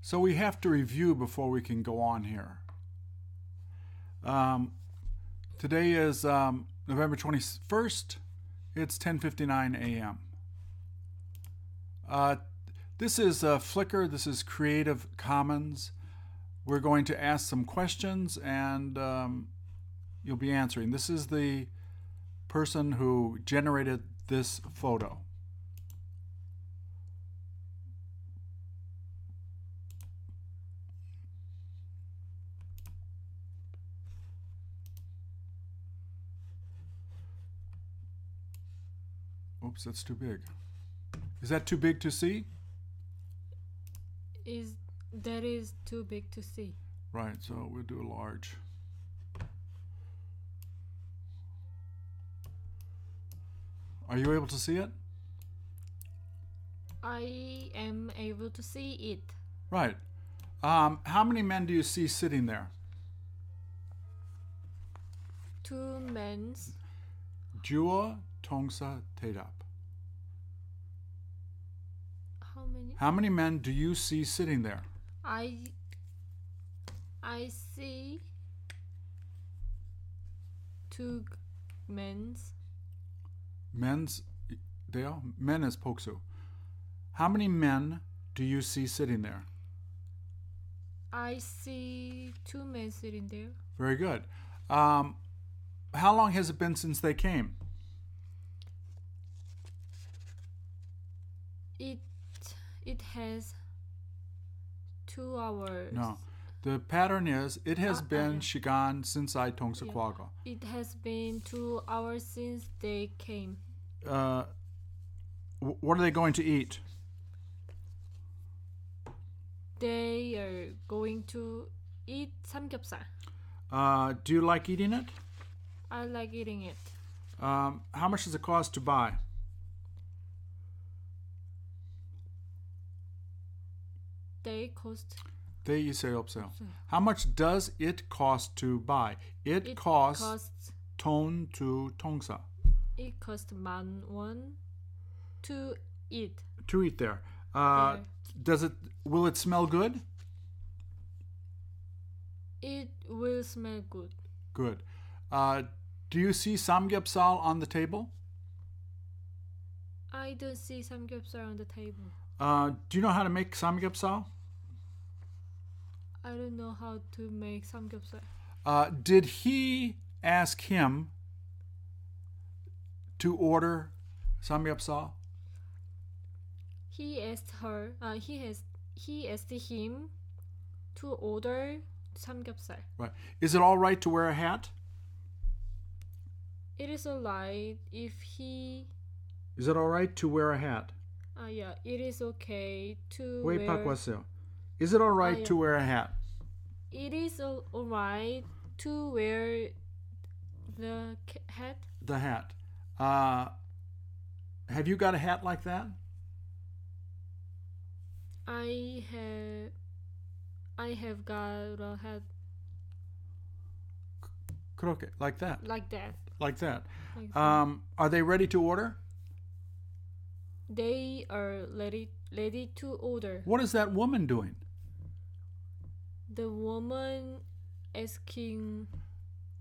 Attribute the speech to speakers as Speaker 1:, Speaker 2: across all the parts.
Speaker 1: So we have to review before we can go on here. Um, today is um, November 21st. It's 10:59 a.m. Uh, this is uh, Flickr. This is Creative Commons. We're going to ask some questions, and um, you'll be answering. This is the person who generated this photo. Oops, that's too big. Is that too big to see?
Speaker 2: Is that is too big to see?
Speaker 1: Right, so we'll do a large. Are you able to see it?
Speaker 2: I am able to see it.
Speaker 1: Right. Um, how many men do you see sitting there?
Speaker 2: Two men's
Speaker 1: Jua Tongsa Tedap.
Speaker 2: how many?
Speaker 1: How many men do you see sitting there?
Speaker 2: I I see two g- men's
Speaker 1: Men's they are men is poksu. How many men do you see sitting there?
Speaker 2: I see two men sitting there.
Speaker 1: Very good. Um, how long has it been since they came?
Speaker 2: It it has two hours.
Speaker 1: No. The pattern is it has
Speaker 2: Uh, uh,
Speaker 1: been
Speaker 2: yeah.
Speaker 1: Shigan since I Tongsa
Speaker 2: Yeah.
Speaker 1: Kwaga.
Speaker 2: It has been two hours since they came.
Speaker 1: Uh, wh- what are they going to eat?
Speaker 2: They are going to eat samgyeopsal.
Speaker 1: Uh, do you like eating it?
Speaker 2: I like eating it.
Speaker 1: Um, how much does it cost to buy?
Speaker 2: They cost.
Speaker 1: They you say upsell. How much does it cost to buy? It,
Speaker 2: It
Speaker 1: costs
Speaker 2: costs.
Speaker 1: ton to tongsa
Speaker 2: It costs man one to eat.
Speaker 1: to eat there. Uh,
Speaker 2: There.
Speaker 1: Does it? Will it smell good?
Speaker 2: It will smell good.
Speaker 1: Good. Uh, do you see samgyeopsal on the table?
Speaker 2: I don't see samgyeopsal on the table.
Speaker 1: Uh, do you know how to make samgyeopsal?
Speaker 2: I don't know how to make samgyeopsal.
Speaker 1: Uh, did he ask him to order samgyeopsal?
Speaker 2: He asked her. Uh, he has. He asked him to order samgyeopsal.
Speaker 1: Right. Is it all right to wear a hat?
Speaker 2: It is alright if he.
Speaker 1: Is it all right to wear a hat?
Speaker 2: Uh, yeah, it is okay to
Speaker 1: Wei
Speaker 2: wear.
Speaker 1: Pakwaseo. Is it all right
Speaker 2: yeah.
Speaker 1: to wear a hat?
Speaker 2: It is al- alright to wear the ca- hat.
Speaker 1: The hat. Uh, have you got a hat like that?
Speaker 2: I have, I have got a hat
Speaker 1: Croquet, like that,
Speaker 2: like that.
Speaker 1: like that.
Speaker 2: Like that.
Speaker 1: Um, are they ready to order?
Speaker 2: They are ready, ready to order.
Speaker 1: What is that woman doing?
Speaker 2: The woman asking,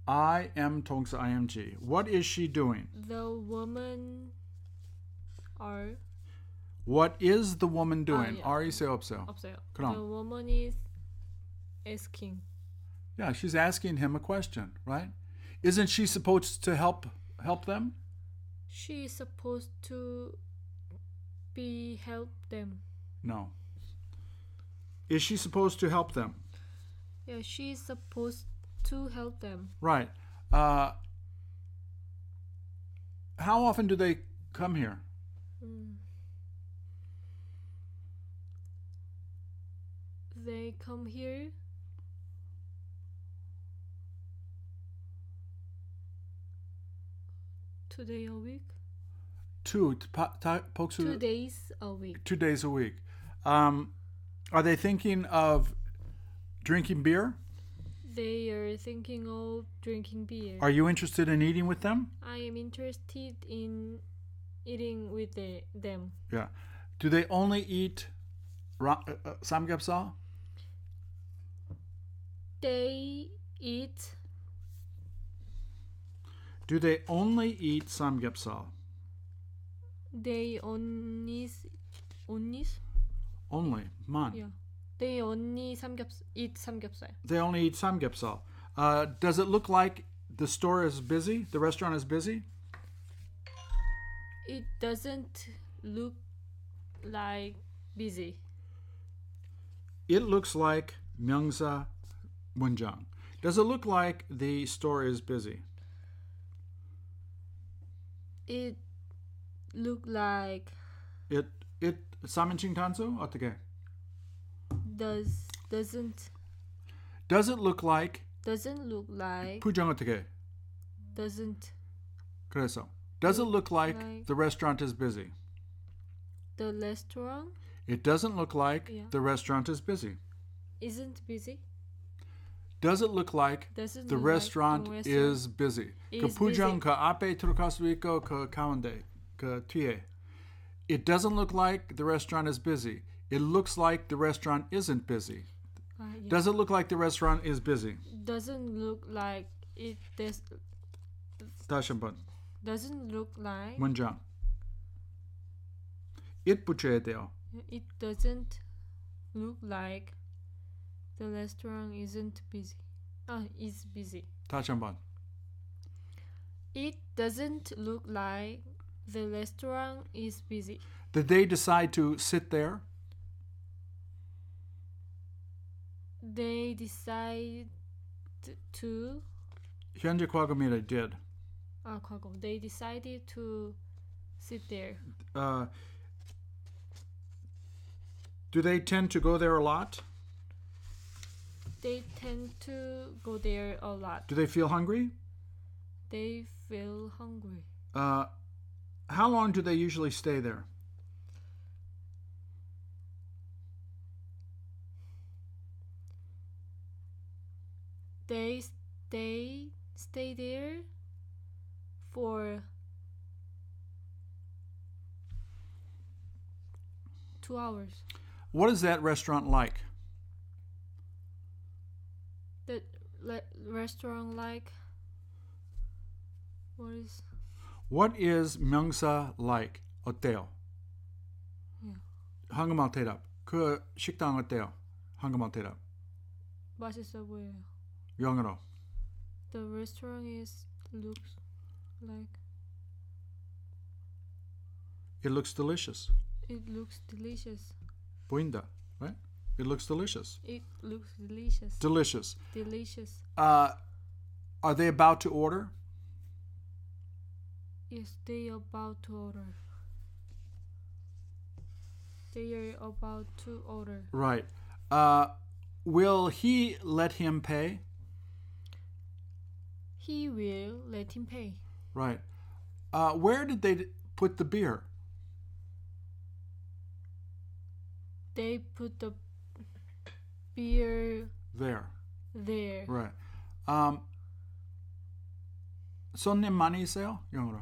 Speaker 1: I am Tongsa IMG. What is she doing?
Speaker 2: the woman are
Speaker 1: What is the woman doing?
Speaker 2: Oh, yeah.
Speaker 1: Ari Seopseo.
Speaker 2: upset.
Speaker 1: 그럼.
Speaker 2: The woman is asking.
Speaker 1: Yeah, she's asking him a question, right? Isn't she supposed to help help them?
Speaker 2: She is supposed to be help them.
Speaker 1: No. Is she supposed to help them?
Speaker 2: Yeah, she is supposed to help them.
Speaker 1: Right. Uh, how often do they come here?
Speaker 2: They come here. Two days a week.
Speaker 1: Two t- pa- ta- pokes-
Speaker 2: Two days a week.
Speaker 1: two days a week. Um, are they thinking of drinking beer?
Speaker 2: They are thinking of drinking beer.
Speaker 1: Are you interested in eating with them?
Speaker 2: I am interested in eating with the, them.
Speaker 1: Yeah. Do they only eat ra- uh, uh, samgyeopsal?
Speaker 2: they eat?
Speaker 1: Do they only eat samgyeopsal?
Speaker 2: They only s- only s-
Speaker 1: Only man.
Speaker 2: yeah. They only 삼겹 eat 삼겹살.
Speaker 1: They only eat samgyeopsal. Uh, does it look like the store is busy? The restaurant is busy.
Speaker 2: It doesn't look like busy.
Speaker 1: It looks like Myeongsa Munjang. Does it look like the store is busy?
Speaker 2: It look like
Speaker 1: It it samimching tansu 어떻게?
Speaker 2: does doesn't
Speaker 1: Does it look like
Speaker 2: doesn't look like
Speaker 1: 부정 어떻게?
Speaker 2: doesn't
Speaker 1: 그래서 does it look like
Speaker 2: Like-
Speaker 1: the restaurant is busy?
Speaker 2: the restaurant
Speaker 1: It doesn't look like
Speaker 2: Yeah.
Speaker 1: the restaurant is busy.
Speaker 2: isn't busy.
Speaker 1: Does it look like
Speaker 2: Doesn't
Speaker 1: the
Speaker 2: look like
Speaker 1: restaurant,
Speaker 2: Mm, the
Speaker 1: is busy? 그
Speaker 2: is
Speaker 1: 부정
Speaker 2: busy.
Speaker 1: 그 앞에 들어가서 있고 그 가운데 그 뒤에. It doesn't look like the restaurant is busy. It looks like the restaurant isn't busy.
Speaker 2: Ah, yeah.
Speaker 1: Does it look like the restaurant is busy?
Speaker 2: doesn't look like it does
Speaker 1: 다시 한번
Speaker 2: doesn't look like
Speaker 1: 문장. It 붙여야 돼요.
Speaker 2: it doesn't look like the restaurant isn't busy ah is busy
Speaker 1: 다시 한번.
Speaker 2: it doesn't look like the restaurant is busy
Speaker 1: Did they decide to sit there?
Speaker 2: they decide to
Speaker 1: 현재 과거 미래 did.
Speaker 2: ah 과거 they decided to sit there
Speaker 1: Uh, do they tend to go there a lot?
Speaker 2: they tend to go there a lot
Speaker 1: Do they feel hungry?
Speaker 2: they feel hungry
Speaker 1: Uh, how long do they usually stay there?
Speaker 2: they stay stay there for two hours.
Speaker 1: What is that restaurant like?
Speaker 2: The le- restaurant like what is
Speaker 1: What is Myeongsa like? 어때요?
Speaker 2: Yeah.
Speaker 1: 한국말 대답. 그 식당 어때요? 한국말 대답.
Speaker 2: 맛있어 보여요.
Speaker 1: 영어로.
Speaker 2: The restaurant is looks like
Speaker 1: It looks delicious.
Speaker 2: it looks delicious.
Speaker 1: 보인다. Right? It looks delicious.
Speaker 2: It looks delicious.
Speaker 1: Delicious.
Speaker 2: delicious.
Speaker 1: Uh, are they about to order?
Speaker 2: Yes, they about to order. They are about to order.
Speaker 1: Right. Uh, will he let him pay?
Speaker 2: He will let him pay.
Speaker 1: Right. Uh, where did they d- put the beer?
Speaker 2: They put the beer
Speaker 1: There.
Speaker 2: there.
Speaker 1: Right. Um, 손님 많이 있어요? 영어로.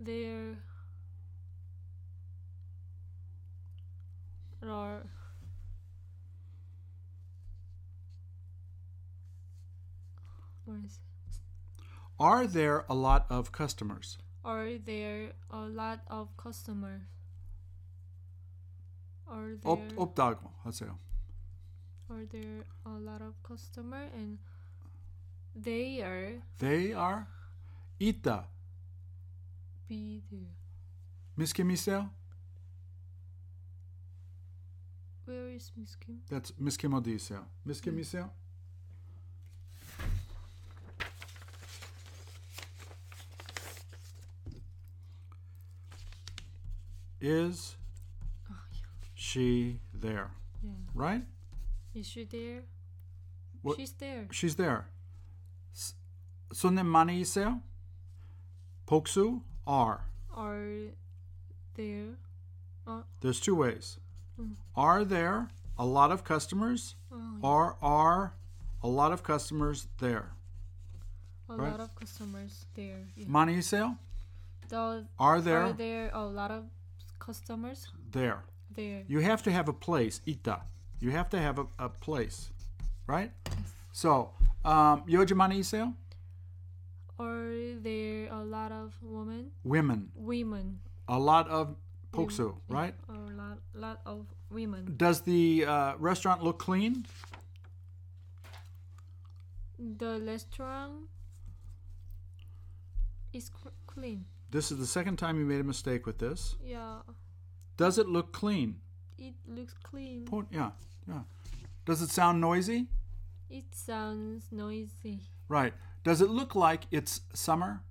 Speaker 2: There are Where is it?
Speaker 1: Are there a lot of customers?
Speaker 2: Are there a lot of customers? Are there
Speaker 1: 없, 없다고 하세요.
Speaker 2: are there a lot of customer and they are
Speaker 1: They are 있다.
Speaker 2: be there.
Speaker 1: Miss Kim 있어요?
Speaker 2: Where is Miss Kim?
Speaker 1: That's Miss Kim 어디 있어요? Miss Kim 있어요? Is
Speaker 2: Oh, yeah.
Speaker 1: she there?
Speaker 2: yeah.
Speaker 1: Right?
Speaker 2: Is she there?
Speaker 1: What-
Speaker 2: She's there.
Speaker 1: She's there. S- 손님 많이 있어요? 복수 are.
Speaker 2: Are there? Uh,
Speaker 1: There's two ways.
Speaker 2: Mm.
Speaker 1: Are there a lot of customers?
Speaker 2: oh,
Speaker 1: Or are a lot of customers there?
Speaker 2: a
Speaker 1: right.
Speaker 2: lot of customers there. Yeah.
Speaker 1: 많이 있어요?
Speaker 2: Though,
Speaker 1: Are there?
Speaker 2: Are there a lot of customers
Speaker 1: There.
Speaker 2: There.
Speaker 1: You have to have a place, ita. You have to have a, a place, right? So, um, yojimani isayo?
Speaker 2: Are there a lot of women?
Speaker 1: Women.
Speaker 2: Women.
Speaker 1: A lot of poksu,
Speaker 2: Women.
Speaker 1: right?
Speaker 2: A lot, lot of women.
Speaker 1: Does the uh, restaurant look clean?
Speaker 2: The restaurant is cr- clean.
Speaker 1: This is the second time you made a mistake with this.
Speaker 2: Yeah,
Speaker 1: Does it look clean?
Speaker 2: it looks clean.
Speaker 1: Point, yeah, yeah. Does it sound noisy?
Speaker 2: It sounds noisy.
Speaker 1: Right. Does it look like it's summer?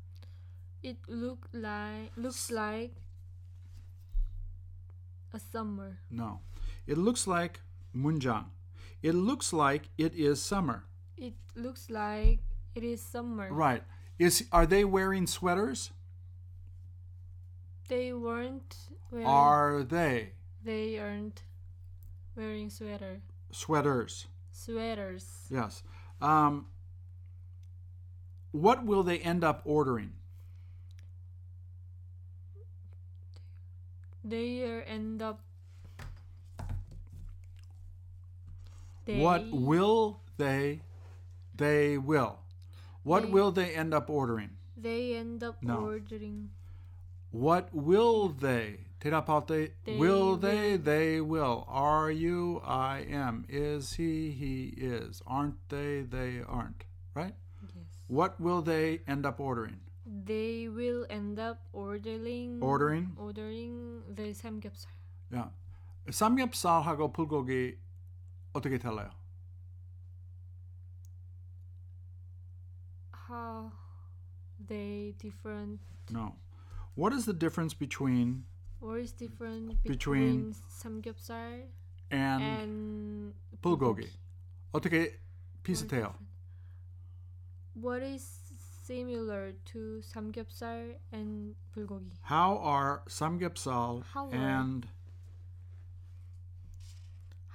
Speaker 2: It look like looks like a summer.
Speaker 1: No. It looks like munjang. It looks like it is summer.
Speaker 2: It looks like it is summer.
Speaker 1: Right. Is are they wearing sweaters?
Speaker 2: They weren't wearing.
Speaker 1: Are they
Speaker 2: They aren't wearing sweater
Speaker 1: sweaters?
Speaker 2: sweaters.
Speaker 1: Yes. Um, what will they end up ordering?
Speaker 2: They are end up. They
Speaker 1: What will they? They will. What
Speaker 2: They-
Speaker 1: will they end up ordering?
Speaker 2: they end up
Speaker 1: No.
Speaker 2: ordering?
Speaker 1: What will they? Terapalte.
Speaker 2: They
Speaker 1: will they? They will. Are you? I am. Is he? He is. Aren't they? They aren't. Right?
Speaker 2: Yes.
Speaker 1: What will they end up ordering?
Speaker 2: They will end up ordering
Speaker 1: Ordering?
Speaker 2: ordering the 삼겹살.
Speaker 1: Yeah. 삼겹살하고 불고기 어떻게 달라요?
Speaker 2: How they different?
Speaker 1: No. What is the difference between
Speaker 2: What is different
Speaker 1: Between-
Speaker 2: between, 삼겹살
Speaker 1: and,
Speaker 2: and
Speaker 1: bulgogi? 어떻게
Speaker 2: What is
Speaker 1: 비슷해요?
Speaker 2: different? What is similar to 삼겹살 and bulgogi?
Speaker 1: How are samgyeopsal
Speaker 2: How are-
Speaker 1: and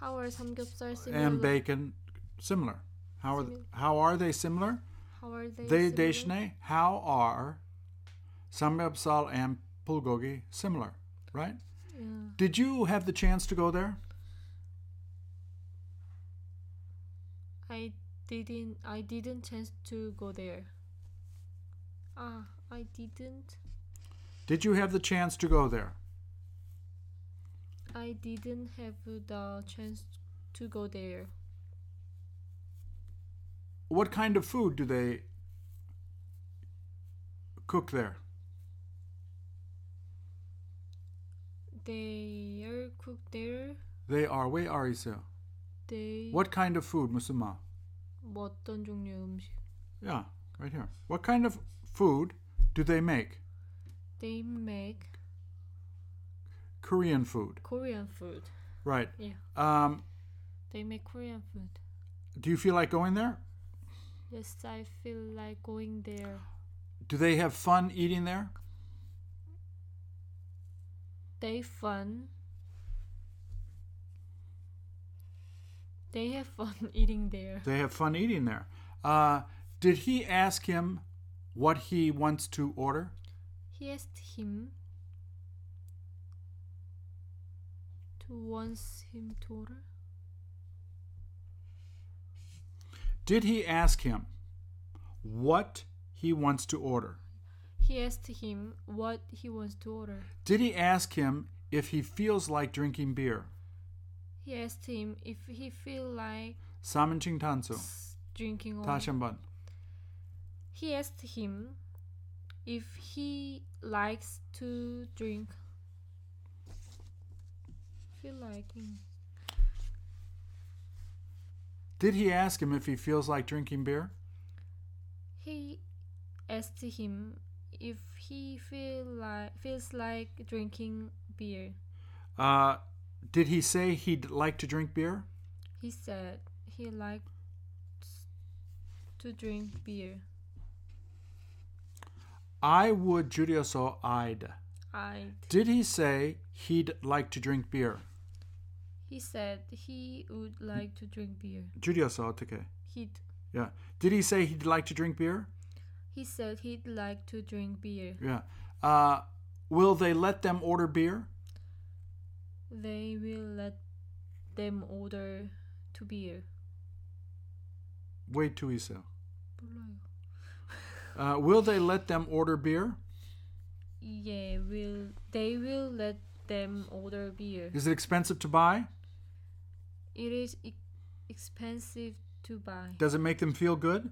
Speaker 2: How are 삼겹살 similar?
Speaker 1: and bacon similar? How are
Speaker 2: Similar.
Speaker 1: how are they similar?
Speaker 2: How are they?
Speaker 1: They
Speaker 2: similar?
Speaker 1: deshne, how are samgyeopsal and bulgogi similar? Right?
Speaker 2: Yeah.
Speaker 1: Did you have the chance to go there?
Speaker 2: I didn't. I didn't chance to go there. Ah, I didn't.
Speaker 1: Did you have the chance to go there?
Speaker 2: I didn't have the chance to go there.
Speaker 1: What kind of food do they cook there?
Speaker 2: They are cooked there.
Speaker 1: They are way ariso.
Speaker 2: They
Speaker 1: What kind of food, Musuma?
Speaker 2: 뭐 어떤 종류 음식?
Speaker 1: Yeah, right here. What kind of food do they make?
Speaker 2: They make
Speaker 1: Korean food.
Speaker 2: Korean food.
Speaker 1: Right.
Speaker 2: Yeah,
Speaker 1: Um,
Speaker 2: they make Korean food.
Speaker 1: do you feel like going there?
Speaker 2: Yes, I feel like going there.
Speaker 1: Do they have fun eating there?
Speaker 2: They fun. They have fun eating there.
Speaker 1: They have fun eating there. Uh, did he ask him what he wants to order?
Speaker 2: He asked him to wants him to order.
Speaker 1: Did he ask him what he wants to order?
Speaker 2: He asked him what he wants to order.
Speaker 1: Did he ask him if he feels like drinking beer?
Speaker 2: He asked him if he feel like
Speaker 1: Salmon chingtansu.
Speaker 2: s- drinking or
Speaker 1: Tashamban.
Speaker 2: He asked him if he likes to drink. Feel like him.
Speaker 1: Did he ask him if he feels like drinking beer?
Speaker 2: He asked him if he feel like feels like drinking beer.
Speaker 1: Uh, did he say he'd like to drink beer?
Speaker 2: He said he likes to drink beer.
Speaker 1: I would judioso I'd.
Speaker 2: I
Speaker 1: Did he say he'd like to drink beer?
Speaker 2: he said he would like to drink beer.
Speaker 1: Judioso take.
Speaker 2: He
Speaker 1: Yeah. Did he say he'd like to drink beer?
Speaker 2: he said he'd like to drink beer.
Speaker 1: Yeah. Uh, will they let them order beer?
Speaker 2: They will let them order two beer.
Speaker 1: Wait, Tuisa.
Speaker 2: 몰라요.
Speaker 1: Uh, will they let them order beer?
Speaker 2: Yeah, will they will let them order beer.
Speaker 1: Is it expensive to buy?
Speaker 2: It is e- expensive to buy.
Speaker 1: Does it make them feel good?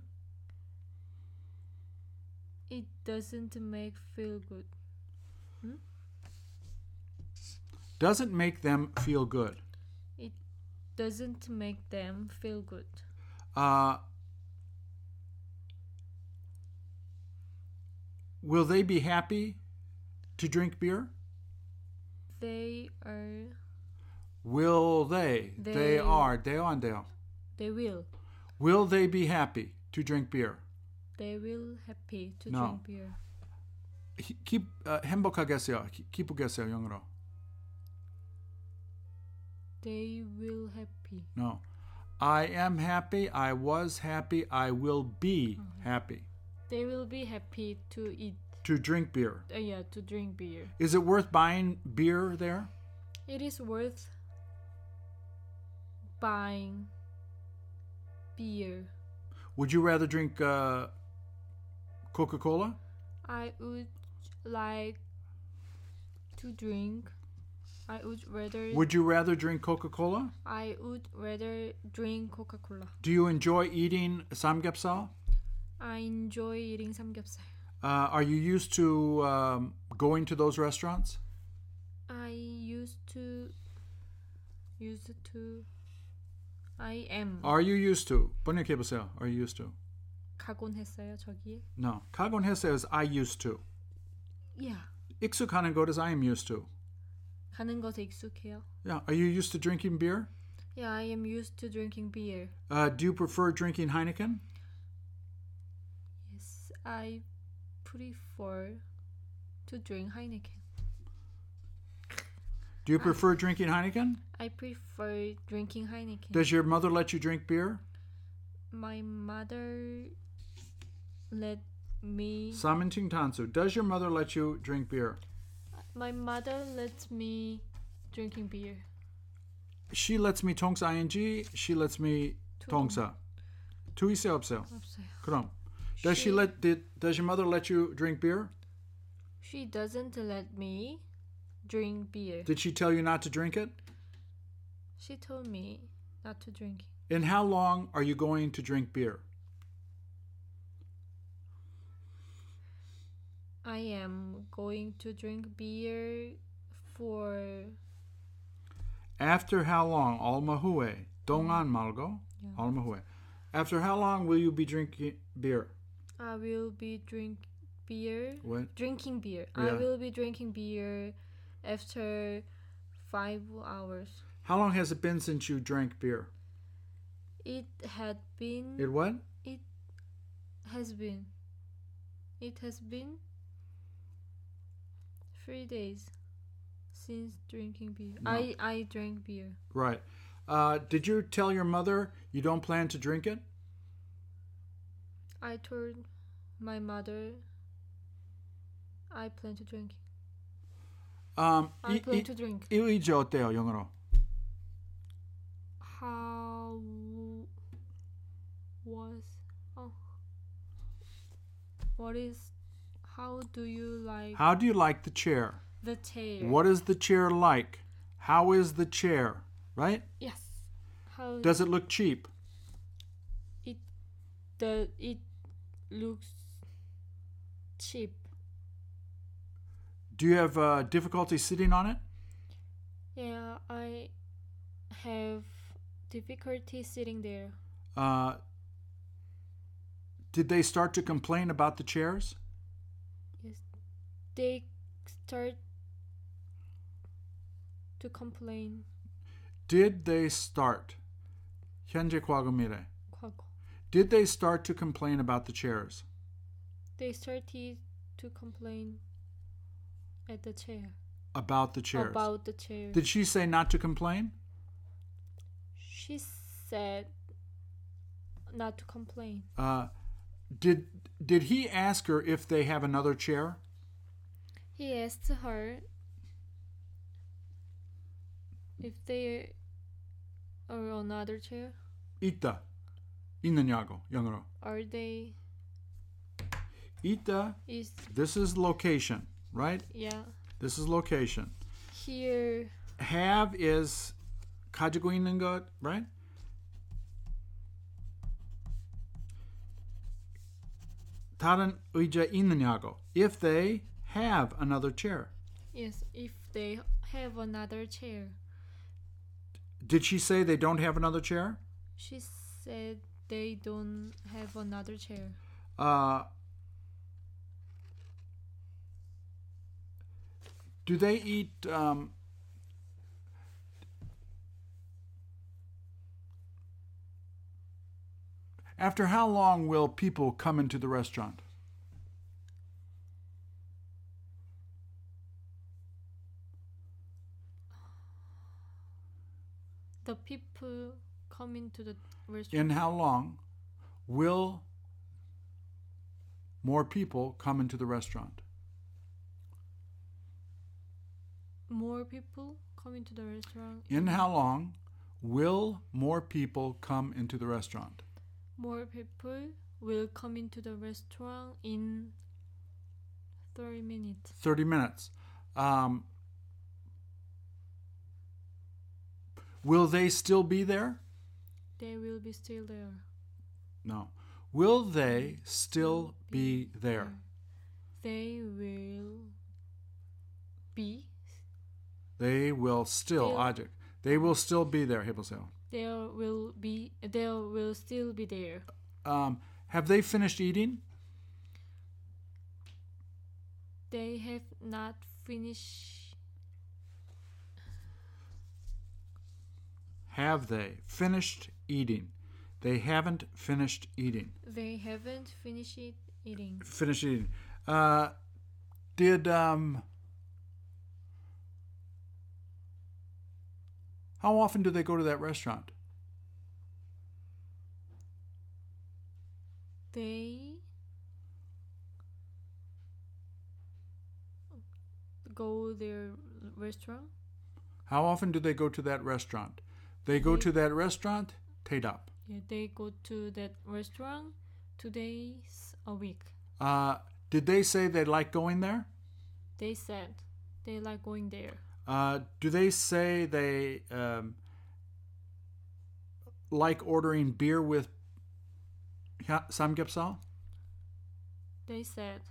Speaker 2: It doesn't make feel good.
Speaker 1: Does it make them feel good?
Speaker 2: It doesn't make them feel good.
Speaker 1: Uh, will they be happy to drink beer?
Speaker 2: They are.
Speaker 1: Will they? They,
Speaker 2: They-
Speaker 1: are. They on they are.
Speaker 2: They will.
Speaker 1: Will they be happy to drink beer?
Speaker 2: They will happy to
Speaker 1: No.
Speaker 2: drink beer.
Speaker 1: 히- 기, 어, 행복하겠어요. 기, 기쁘겠어요 영어로.
Speaker 2: They will happy.
Speaker 1: No. I am happy. I was happy. I will be happy
Speaker 2: They will be happy to eat.
Speaker 1: to drink beer.
Speaker 2: Uh, yeah, to drink beer.
Speaker 1: Is it worth buying beer there?
Speaker 2: It is worth buying beer.
Speaker 1: Would you rather drink uh, Coca Cola?
Speaker 2: I would like to drink. I would rather.
Speaker 1: Would you rather drink Coca Cola?
Speaker 2: I would rather drink Coca Cola.
Speaker 1: Do you enjoy eating samgyeopsal?
Speaker 2: I enjoy eating samgyeopsal.
Speaker 1: Uh, are you used to um, going to those restaurants?
Speaker 2: I used to. Used to. I am.
Speaker 1: Are you used to? 번역해보세요. Are you used to?
Speaker 2: 가곤 했어요 저기에.
Speaker 1: No. 가곤 했어요 is I used to.
Speaker 2: Yeah.
Speaker 1: 익숙하는 것 is I am used to.
Speaker 2: 가는 것에 익숙해요.
Speaker 1: Yeah. Are you used to drinking beer?
Speaker 2: Yeah, I am used to drinking beer.
Speaker 1: Uh, do you prefer drinking Heineken?
Speaker 2: Yes, I prefer to drink Heineken.
Speaker 1: Do you prefer drinking Heineken?
Speaker 2: I prefer drinking Heineken.
Speaker 1: Does your mother let you drink beer?
Speaker 2: My mother let me.
Speaker 1: Saminting Tansu. Does your mother let you drink beer?
Speaker 2: My mother lets me drinking beer.
Speaker 1: She lets me tongsa ing. She lets me
Speaker 2: Tong.
Speaker 1: tongsa. Tuise 없어요.
Speaker 2: 없어요.
Speaker 1: 그럼. Does she,
Speaker 2: She-
Speaker 1: let did, does your mother let you drink beer?
Speaker 2: She doesn't let me drink beer.
Speaker 1: Did she tell you not to drink it?
Speaker 2: She told me not to drink. it.
Speaker 1: And how long are you going to drink beer?
Speaker 2: I am going to drink beer for
Speaker 1: After how long? Almahue. Dongan malgo.
Speaker 2: Yeah.
Speaker 1: Almahue. After how long will you be drinking beer?
Speaker 2: I will be drink beer.
Speaker 1: What?
Speaker 2: Drinking beer. I
Speaker 1: Yeah.
Speaker 2: will be drinking beer after five hours.
Speaker 1: How long has it been since you drank beer?
Speaker 2: It had been.
Speaker 1: It what?
Speaker 2: It has been. It has been three days since drinking beer.
Speaker 1: No.
Speaker 2: I I drank beer.
Speaker 1: Right. Uh, did you tell your mother you don't plan to drink it?
Speaker 2: I told my mother I plan to drink.
Speaker 1: Um,
Speaker 2: I
Speaker 1: 이-
Speaker 2: plan
Speaker 1: 이-
Speaker 2: to drink.
Speaker 1: 이 의지 어때요, 영어로?
Speaker 2: How was oh what is how do you like
Speaker 1: How do you like the chair?
Speaker 2: the chair?
Speaker 1: What is the chair like? How is the chair? Right?
Speaker 2: yes. How
Speaker 1: Does it look cheap?
Speaker 2: it the it looks cheap
Speaker 1: Do you have uh, difficulty sitting on it?
Speaker 2: yeah i have difficulty sitting there
Speaker 1: Uh, did they start to complain about the chairs?
Speaker 2: yes they start to complain
Speaker 1: Did they start? 현재 과거 미래.
Speaker 2: 과거.
Speaker 1: Did they start to complain about the chairs?
Speaker 2: they started to complain at the chair
Speaker 1: About the chairs.
Speaker 2: about the chair
Speaker 1: Did she say not to complain?
Speaker 2: she said not to complain
Speaker 1: Uh, did did he ask her if they have another chair?
Speaker 2: he asked her If they are on other chair,
Speaker 1: Ita. Inanyago. Yangaro.
Speaker 2: are they?
Speaker 1: Ita.
Speaker 2: Is
Speaker 1: This is location, right?
Speaker 2: yeah
Speaker 1: This is location.
Speaker 2: here?
Speaker 1: Have is kajaguinangot, right? Taran uija inanyago. If they have another chair.
Speaker 2: Yes, if they have another chair.
Speaker 1: Did she say they don't have another chair?
Speaker 2: She said they don't have another chair.
Speaker 1: Uh, do they eat um, after how long will people come into the restaurant
Speaker 2: The people come into the restaurant.
Speaker 1: in how long will more people come into the restaurant
Speaker 2: More people come into the restaurant.
Speaker 1: in how long will more people come into the restaurant
Speaker 2: More people will come into the restaurant in 30 minutes.
Speaker 1: 30 minutes. Um, will they still be there?
Speaker 2: They will be still there.
Speaker 1: No. Will they still be there?
Speaker 2: They will be
Speaker 1: They will still,
Speaker 2: Still.
Speaker 1: Ajik. They will still be there, Hibbelsale.
Speaker 2: there will be they will still be there.
Speaker 1: Um, have they finished eating?
Speaker 2: They have not finished
Speaker 1: Have they finished eating? They haven't finished eating.
Speaker 2: they haven't finished eating.
Speaker 1: Finished eating. Uh, did, um, how often do they go to that restaurant?
Speaker 2: They go their restaurant.
Speaker 1: How often do they go to that restaurant? They go
Speaker 2: They-
Speaker 1: to that restaurant, Tadap.
Speaker 2: Yeah, they go to that restaurant two days a week.
Speaker 1: Uh, did they say they like going there?
Speaker 2: They said they like going there.
Speaker 1: Uh, do they say they um, like ordering beer with Ha- samgyeopsal?
Speaker 2: They said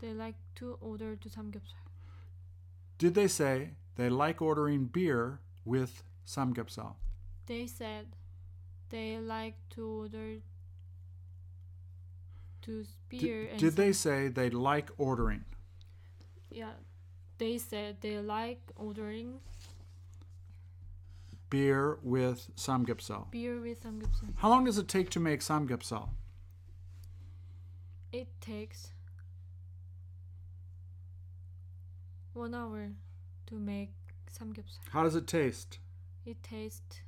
Speaker 2: they like to order to samgyeopsal.
Speaker 1: Did they say they like ordering beer with samgyeopsal?
Speaker 2: They said they like to order to
Speaker 1: Did-
Speaker 2: beer and
Speaker 1: did they say they like ordering?
Speaker 2: yeah. They said they like ordering
Speaker 1: Beer with samgyeopsal.
Speaker 2: beer with samgyeopsal.
Speaker 1: How long does it take to make samgyeopsal?
Speaker 2: It takes one hour to make samgyeopsal.
Speaker 1: How does it taste?
Speaker 2: It tastes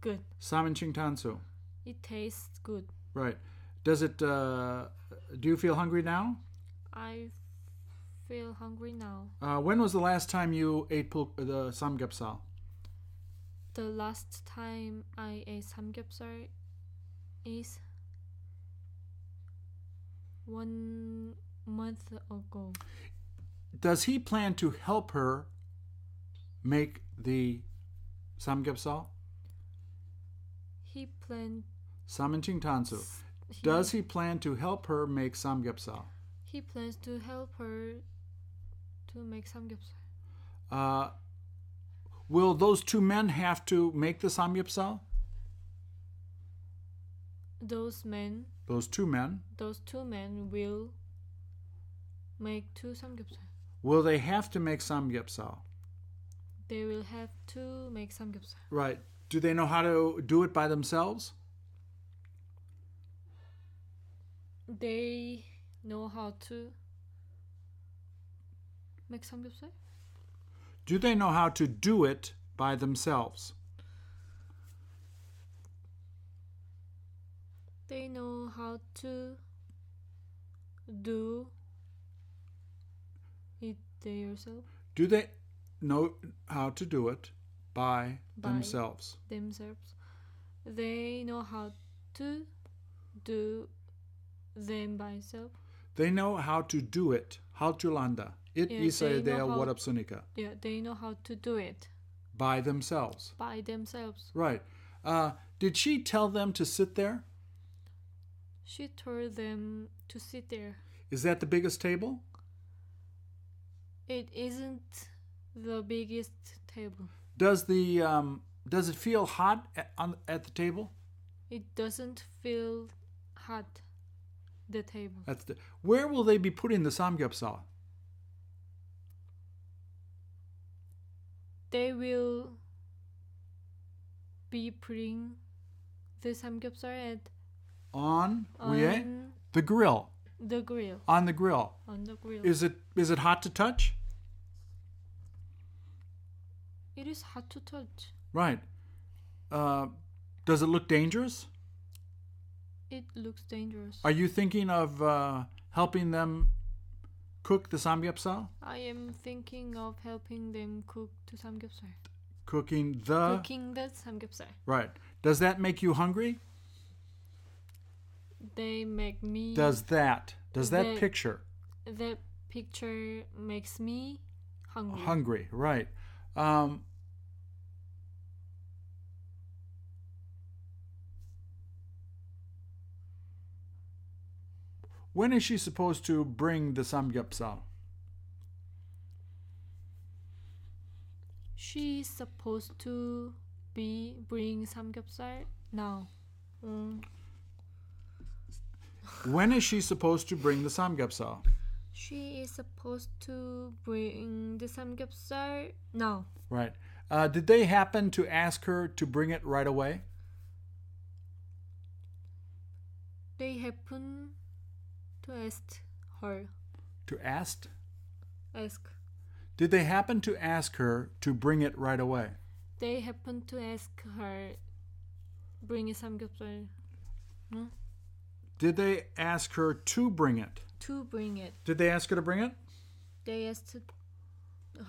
Speaker 2: good.
Speaker 1: Salmon chingtansu.
Speaker 2: It tastes good.
Speaker 1: Right. Does it? Uh, do you feel hungry now?
Speaker 2: I feel hungry now.
Speaker 1: Uh, when was the last time you ate pul- uh, the samgyeopsal?
Speaker 2: The last time I ate samgyeopsal is one month ago.
Speaker 1: Does he plan to help her make the samgyeopsal?
Speaker 2: He planned.
Speaker 1: Salmon chingtansu. Does he plan to help her make samgyeopsal?
Speaker 2: He plans to help her to make samgyeopsal.
Speaker 1: Uh, will those two men have to make the samgyeopsal?
Speaker 2: Those men,
Speaker 1: Those two men.
Speaker 2: those two men will make two samgyeopsal.
Speaker 1: Will they have to make samgyeopsal?
Speaker 2: They will have to make samgyeopsal.
Speaker 1: Right. Do they know how to do it by themselves?
Speaker 2: They know how to make samgyeopsal.
Speaker 1: Do they know how to do it by themselves?
Speaker 2: They know how to do it themselves.
Speaker 1: Do they know how to do it by,
Speaker 2: By.
Speaker 1: themselves.
Speaker 2: themselves. They know how to do them by self.
Speaker 1: They know how to do it. Haltulanda. It
Speaker 2: Yeah,
Speaker 1: is
Speaker 2: they
Speaker 1: a
Speaker 2: know
Speaker 1: del
Speaker 2: how-
Speaker 1: Warapsunika.
Speaker 2: Yeah, they know how to do it
Speaker 1: By themselves.
Speaker 2: by themselves.
Speaker 1: Right. Uh, did she tell them to sit there?
Speaker 2: She told them to sit there.
Speaker 1: Is that the biggest table?
Speaker 2: It isn't the biggest table.
Speaker 1: Does the um, does it feel hot at, on, at the table?
Speaker 2: It doesn't feel hot. The table.
Speaker 1: That's the, where will they be putting the samgyeopsal?
Speaker 2: They will be putting the samgyeopsal at
Speaker 1: On, on
Speaker 2: on
Speaker 1: the grill.
Speaker 2: the grill.
Speaker 1: On the grill.
Speaker 2: On the grill.
Speaker 1: Is it is it hot to touch?
Speaker 2: it is hard to touch.
Speaker 1: Right. Uh, does it look dangerous?
Speaker 2: It looks dangerous.
Speaker 1: Are you thinking of uh, helping them cook the samgyeopsal?
Speaker 2: I am thinking of helping them cook to samgyeopsal.
Speaker 1: Cooking the
Speaker 2: Cooking the samgyeopsal.
Speaker 1: right. Does that make you hungry?
Speaker 2: They make me.
Speaker 1: Does that does that
Speaker 2: The-
Speaker 1: picture
Speaker 2: that picture makes me hungry.
Speaker 1: hungry? Right. Um, when is she supposed to bring the samgyeopsal?
Speaker 2: She's supposed to be bring samgyeopsal now. Mm.
Speaker 1: When is she supposed to bring the samgyeopsal?
Speaker 2: She is supposed to bring the samgyeopsal now.
Speaker 1: Right. Uh, did they happen to ask her to bring it right away?
Speaker 2: They happen to ask her.
Speaker 1: To ask?
Speaker 2: Ask.
Speaker 1: Did they happen to ask her to bring it right away?
Speaker 2: They happen to ask her bring samgyeopsal
Speaker 1: Did they ask her to bring it?
Speaker 2: to bring it.
Speaker 1: Did they ask her to bring it?
Speaker 2: They asked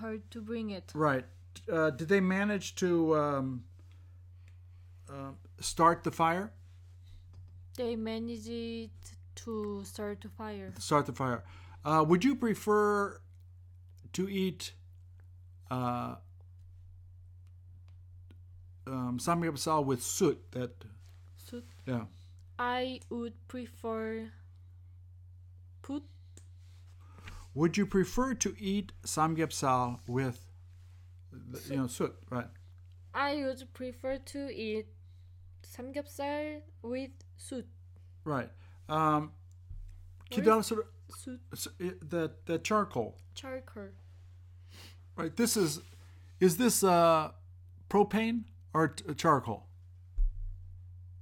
Speaker 2: her to bring it.
Speaker 1: Right. Uh, did they manage to um, uh, start the fire?
Speaker 2: They managed to start a fire.
Speaker 1: Start the fire. Uh, would you prefer to eat uh, um, samgyeopsal with soot? That
Speaker 2: So
Speaker 1: yeah.
Speaker 2: I would prefer put
Speaker 1: Would you prefer to eat samgyeopsal with, the- you know, soot? Right.
Speaker 2: I would prefer to eat samgyeopsal with soup.
Speaker 1: Right. Um,
Speaker 2: Where
Speaker 1: kidal sort of-
Speaker 2: Soup
Speaker 1: s- i- the the charcoal.
Speaker 2: charcoal.
Speaker 1: Right. This is is this uh, propane or t- uh, charcoal?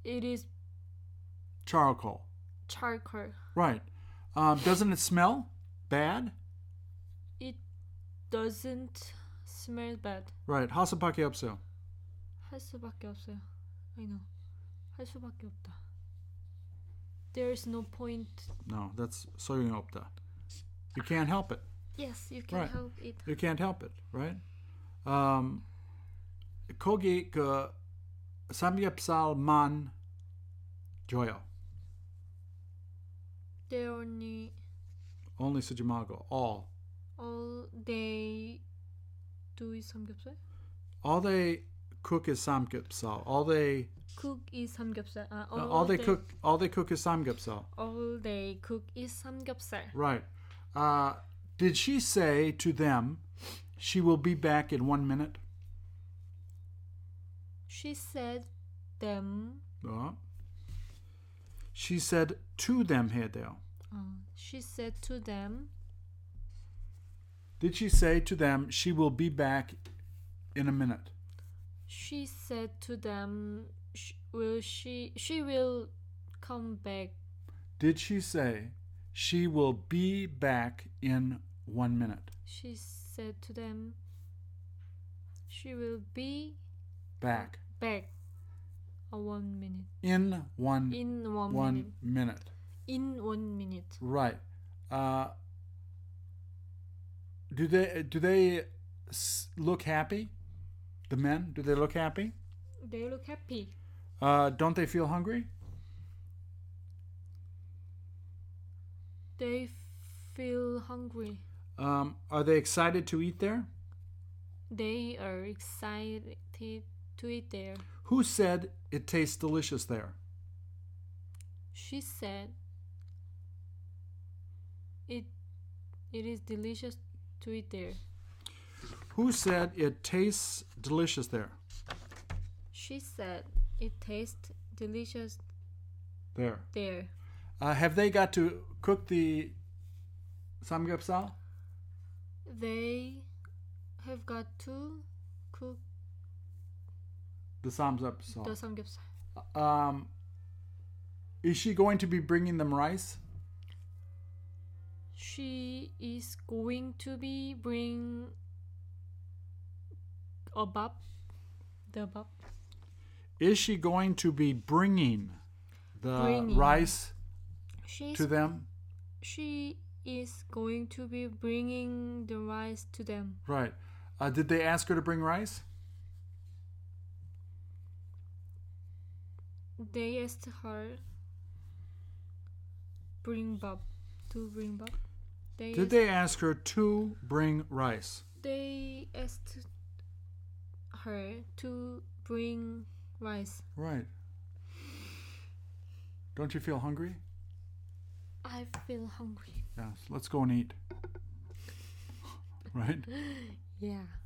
Speaker 2: It is
Speaker 1: Charcoal.
Speaker 2: charcoal.
Speaker 1: Right. Um, doesn't it smell bad?
Speaker 2: It doesn't smell bad.
Speaker 1: Right. Hasapake upso.
Speaker 2: 할 수밖에 없어요. I know. 할 수밖에 없다. There is no point.
Speaker 1: No, that's soyunopta. You can't help it.
Speaker 2: Yes, you can
Speaker 1: Right.
Speaker 2: help it.
Speaker 1: You can't help it, right? Um, 거기 그 삼겹살만 줘요.
Speaker 2: They only
Speaker 1: Only sujimago. All.
Speaker 2: all they do is 삼겹살.
Speaker 1: All they cook is samgyeopsal. All they
Speaker 2: Cook is 삼겹살. 아,
Speaker 1: uh, all they cook all they cook is samgyeopsal.
Speaker 2: All they cook is 삼겹살.
Speaker 1: Right. Uh, did she say to them, she will be back in one minute?
Speaker 2: She said them.
Speaker 1: Uh, she said to them, Hedeo.
Speaker 2: 어, uh, she said to them.
Speaker 1: Did she say to them, she will be back in a minute?
Speaker 2: She said to them. Sh will she? She will come back.
Speaker 1: Did she say, she will be back in one minute?
Speaker 2: She said to them, She will be
Speaker 1: Back.
Speaker 2: back a one minute.
Speaker 1: In one,
Speaker 2: In one,
Speaker 1: one
Speaker 2: minute.
Speaker 1: minute.
Speaker 2: In one minute.
Speaker 1: Right. Uh, do they do they s- look happy? The men, do they look happy?
Speaker 2: They look happy.
Speaker 1: Uh, don't they feel hungry?
Speaker 2: They feel hungry.
Speaker 1: Um, are they excited to eat there?
Speaker 2: They are excited to eat there.
Speaker 1: Who said it tastes delicious there?
Speaker 2: She said, "It it is delicious to eat there."
Speaker 1: Who said it tastes delicious there?
Speaker 2: She said, "It tastes delicious
Speaker 1: There.
Speaker 2: there."
Speaker 1: Uh, have they got to cook the samgyeopsal?
Speaker 2: They have got to cook
Speaker 1: The samgyeopsal.
Speaker 2: the samgyeopsal.
Speaker 1: Um, is she going to be bringing them rice?
Speaker 2: She is going to be bring a bab, the bab.
Speaker 1: Is she going to be bringing the
Speaker 2: Bringing.
Speaker 1: rice
Speaker 2: She's,
Speaker 1: to them?
Speaker 2: she is going to be bringing the rice to them.
Speaker 1: Right. Uh, did they ask her to bring rice?
Speaker 2: They asked her bring bab to bring bab. They
Speaker 1: Did
Speaker 2: asked,
Speaker 1: they ask her to bring rice?
Speaker 2: they asked her to bring rice.
Speaker 1: Right. Don't you feel hungry?
Speaker 2: I feel hungry.
Speaker 1: Yes. Let's go and eat. Right?
Speaker 2: Yeah.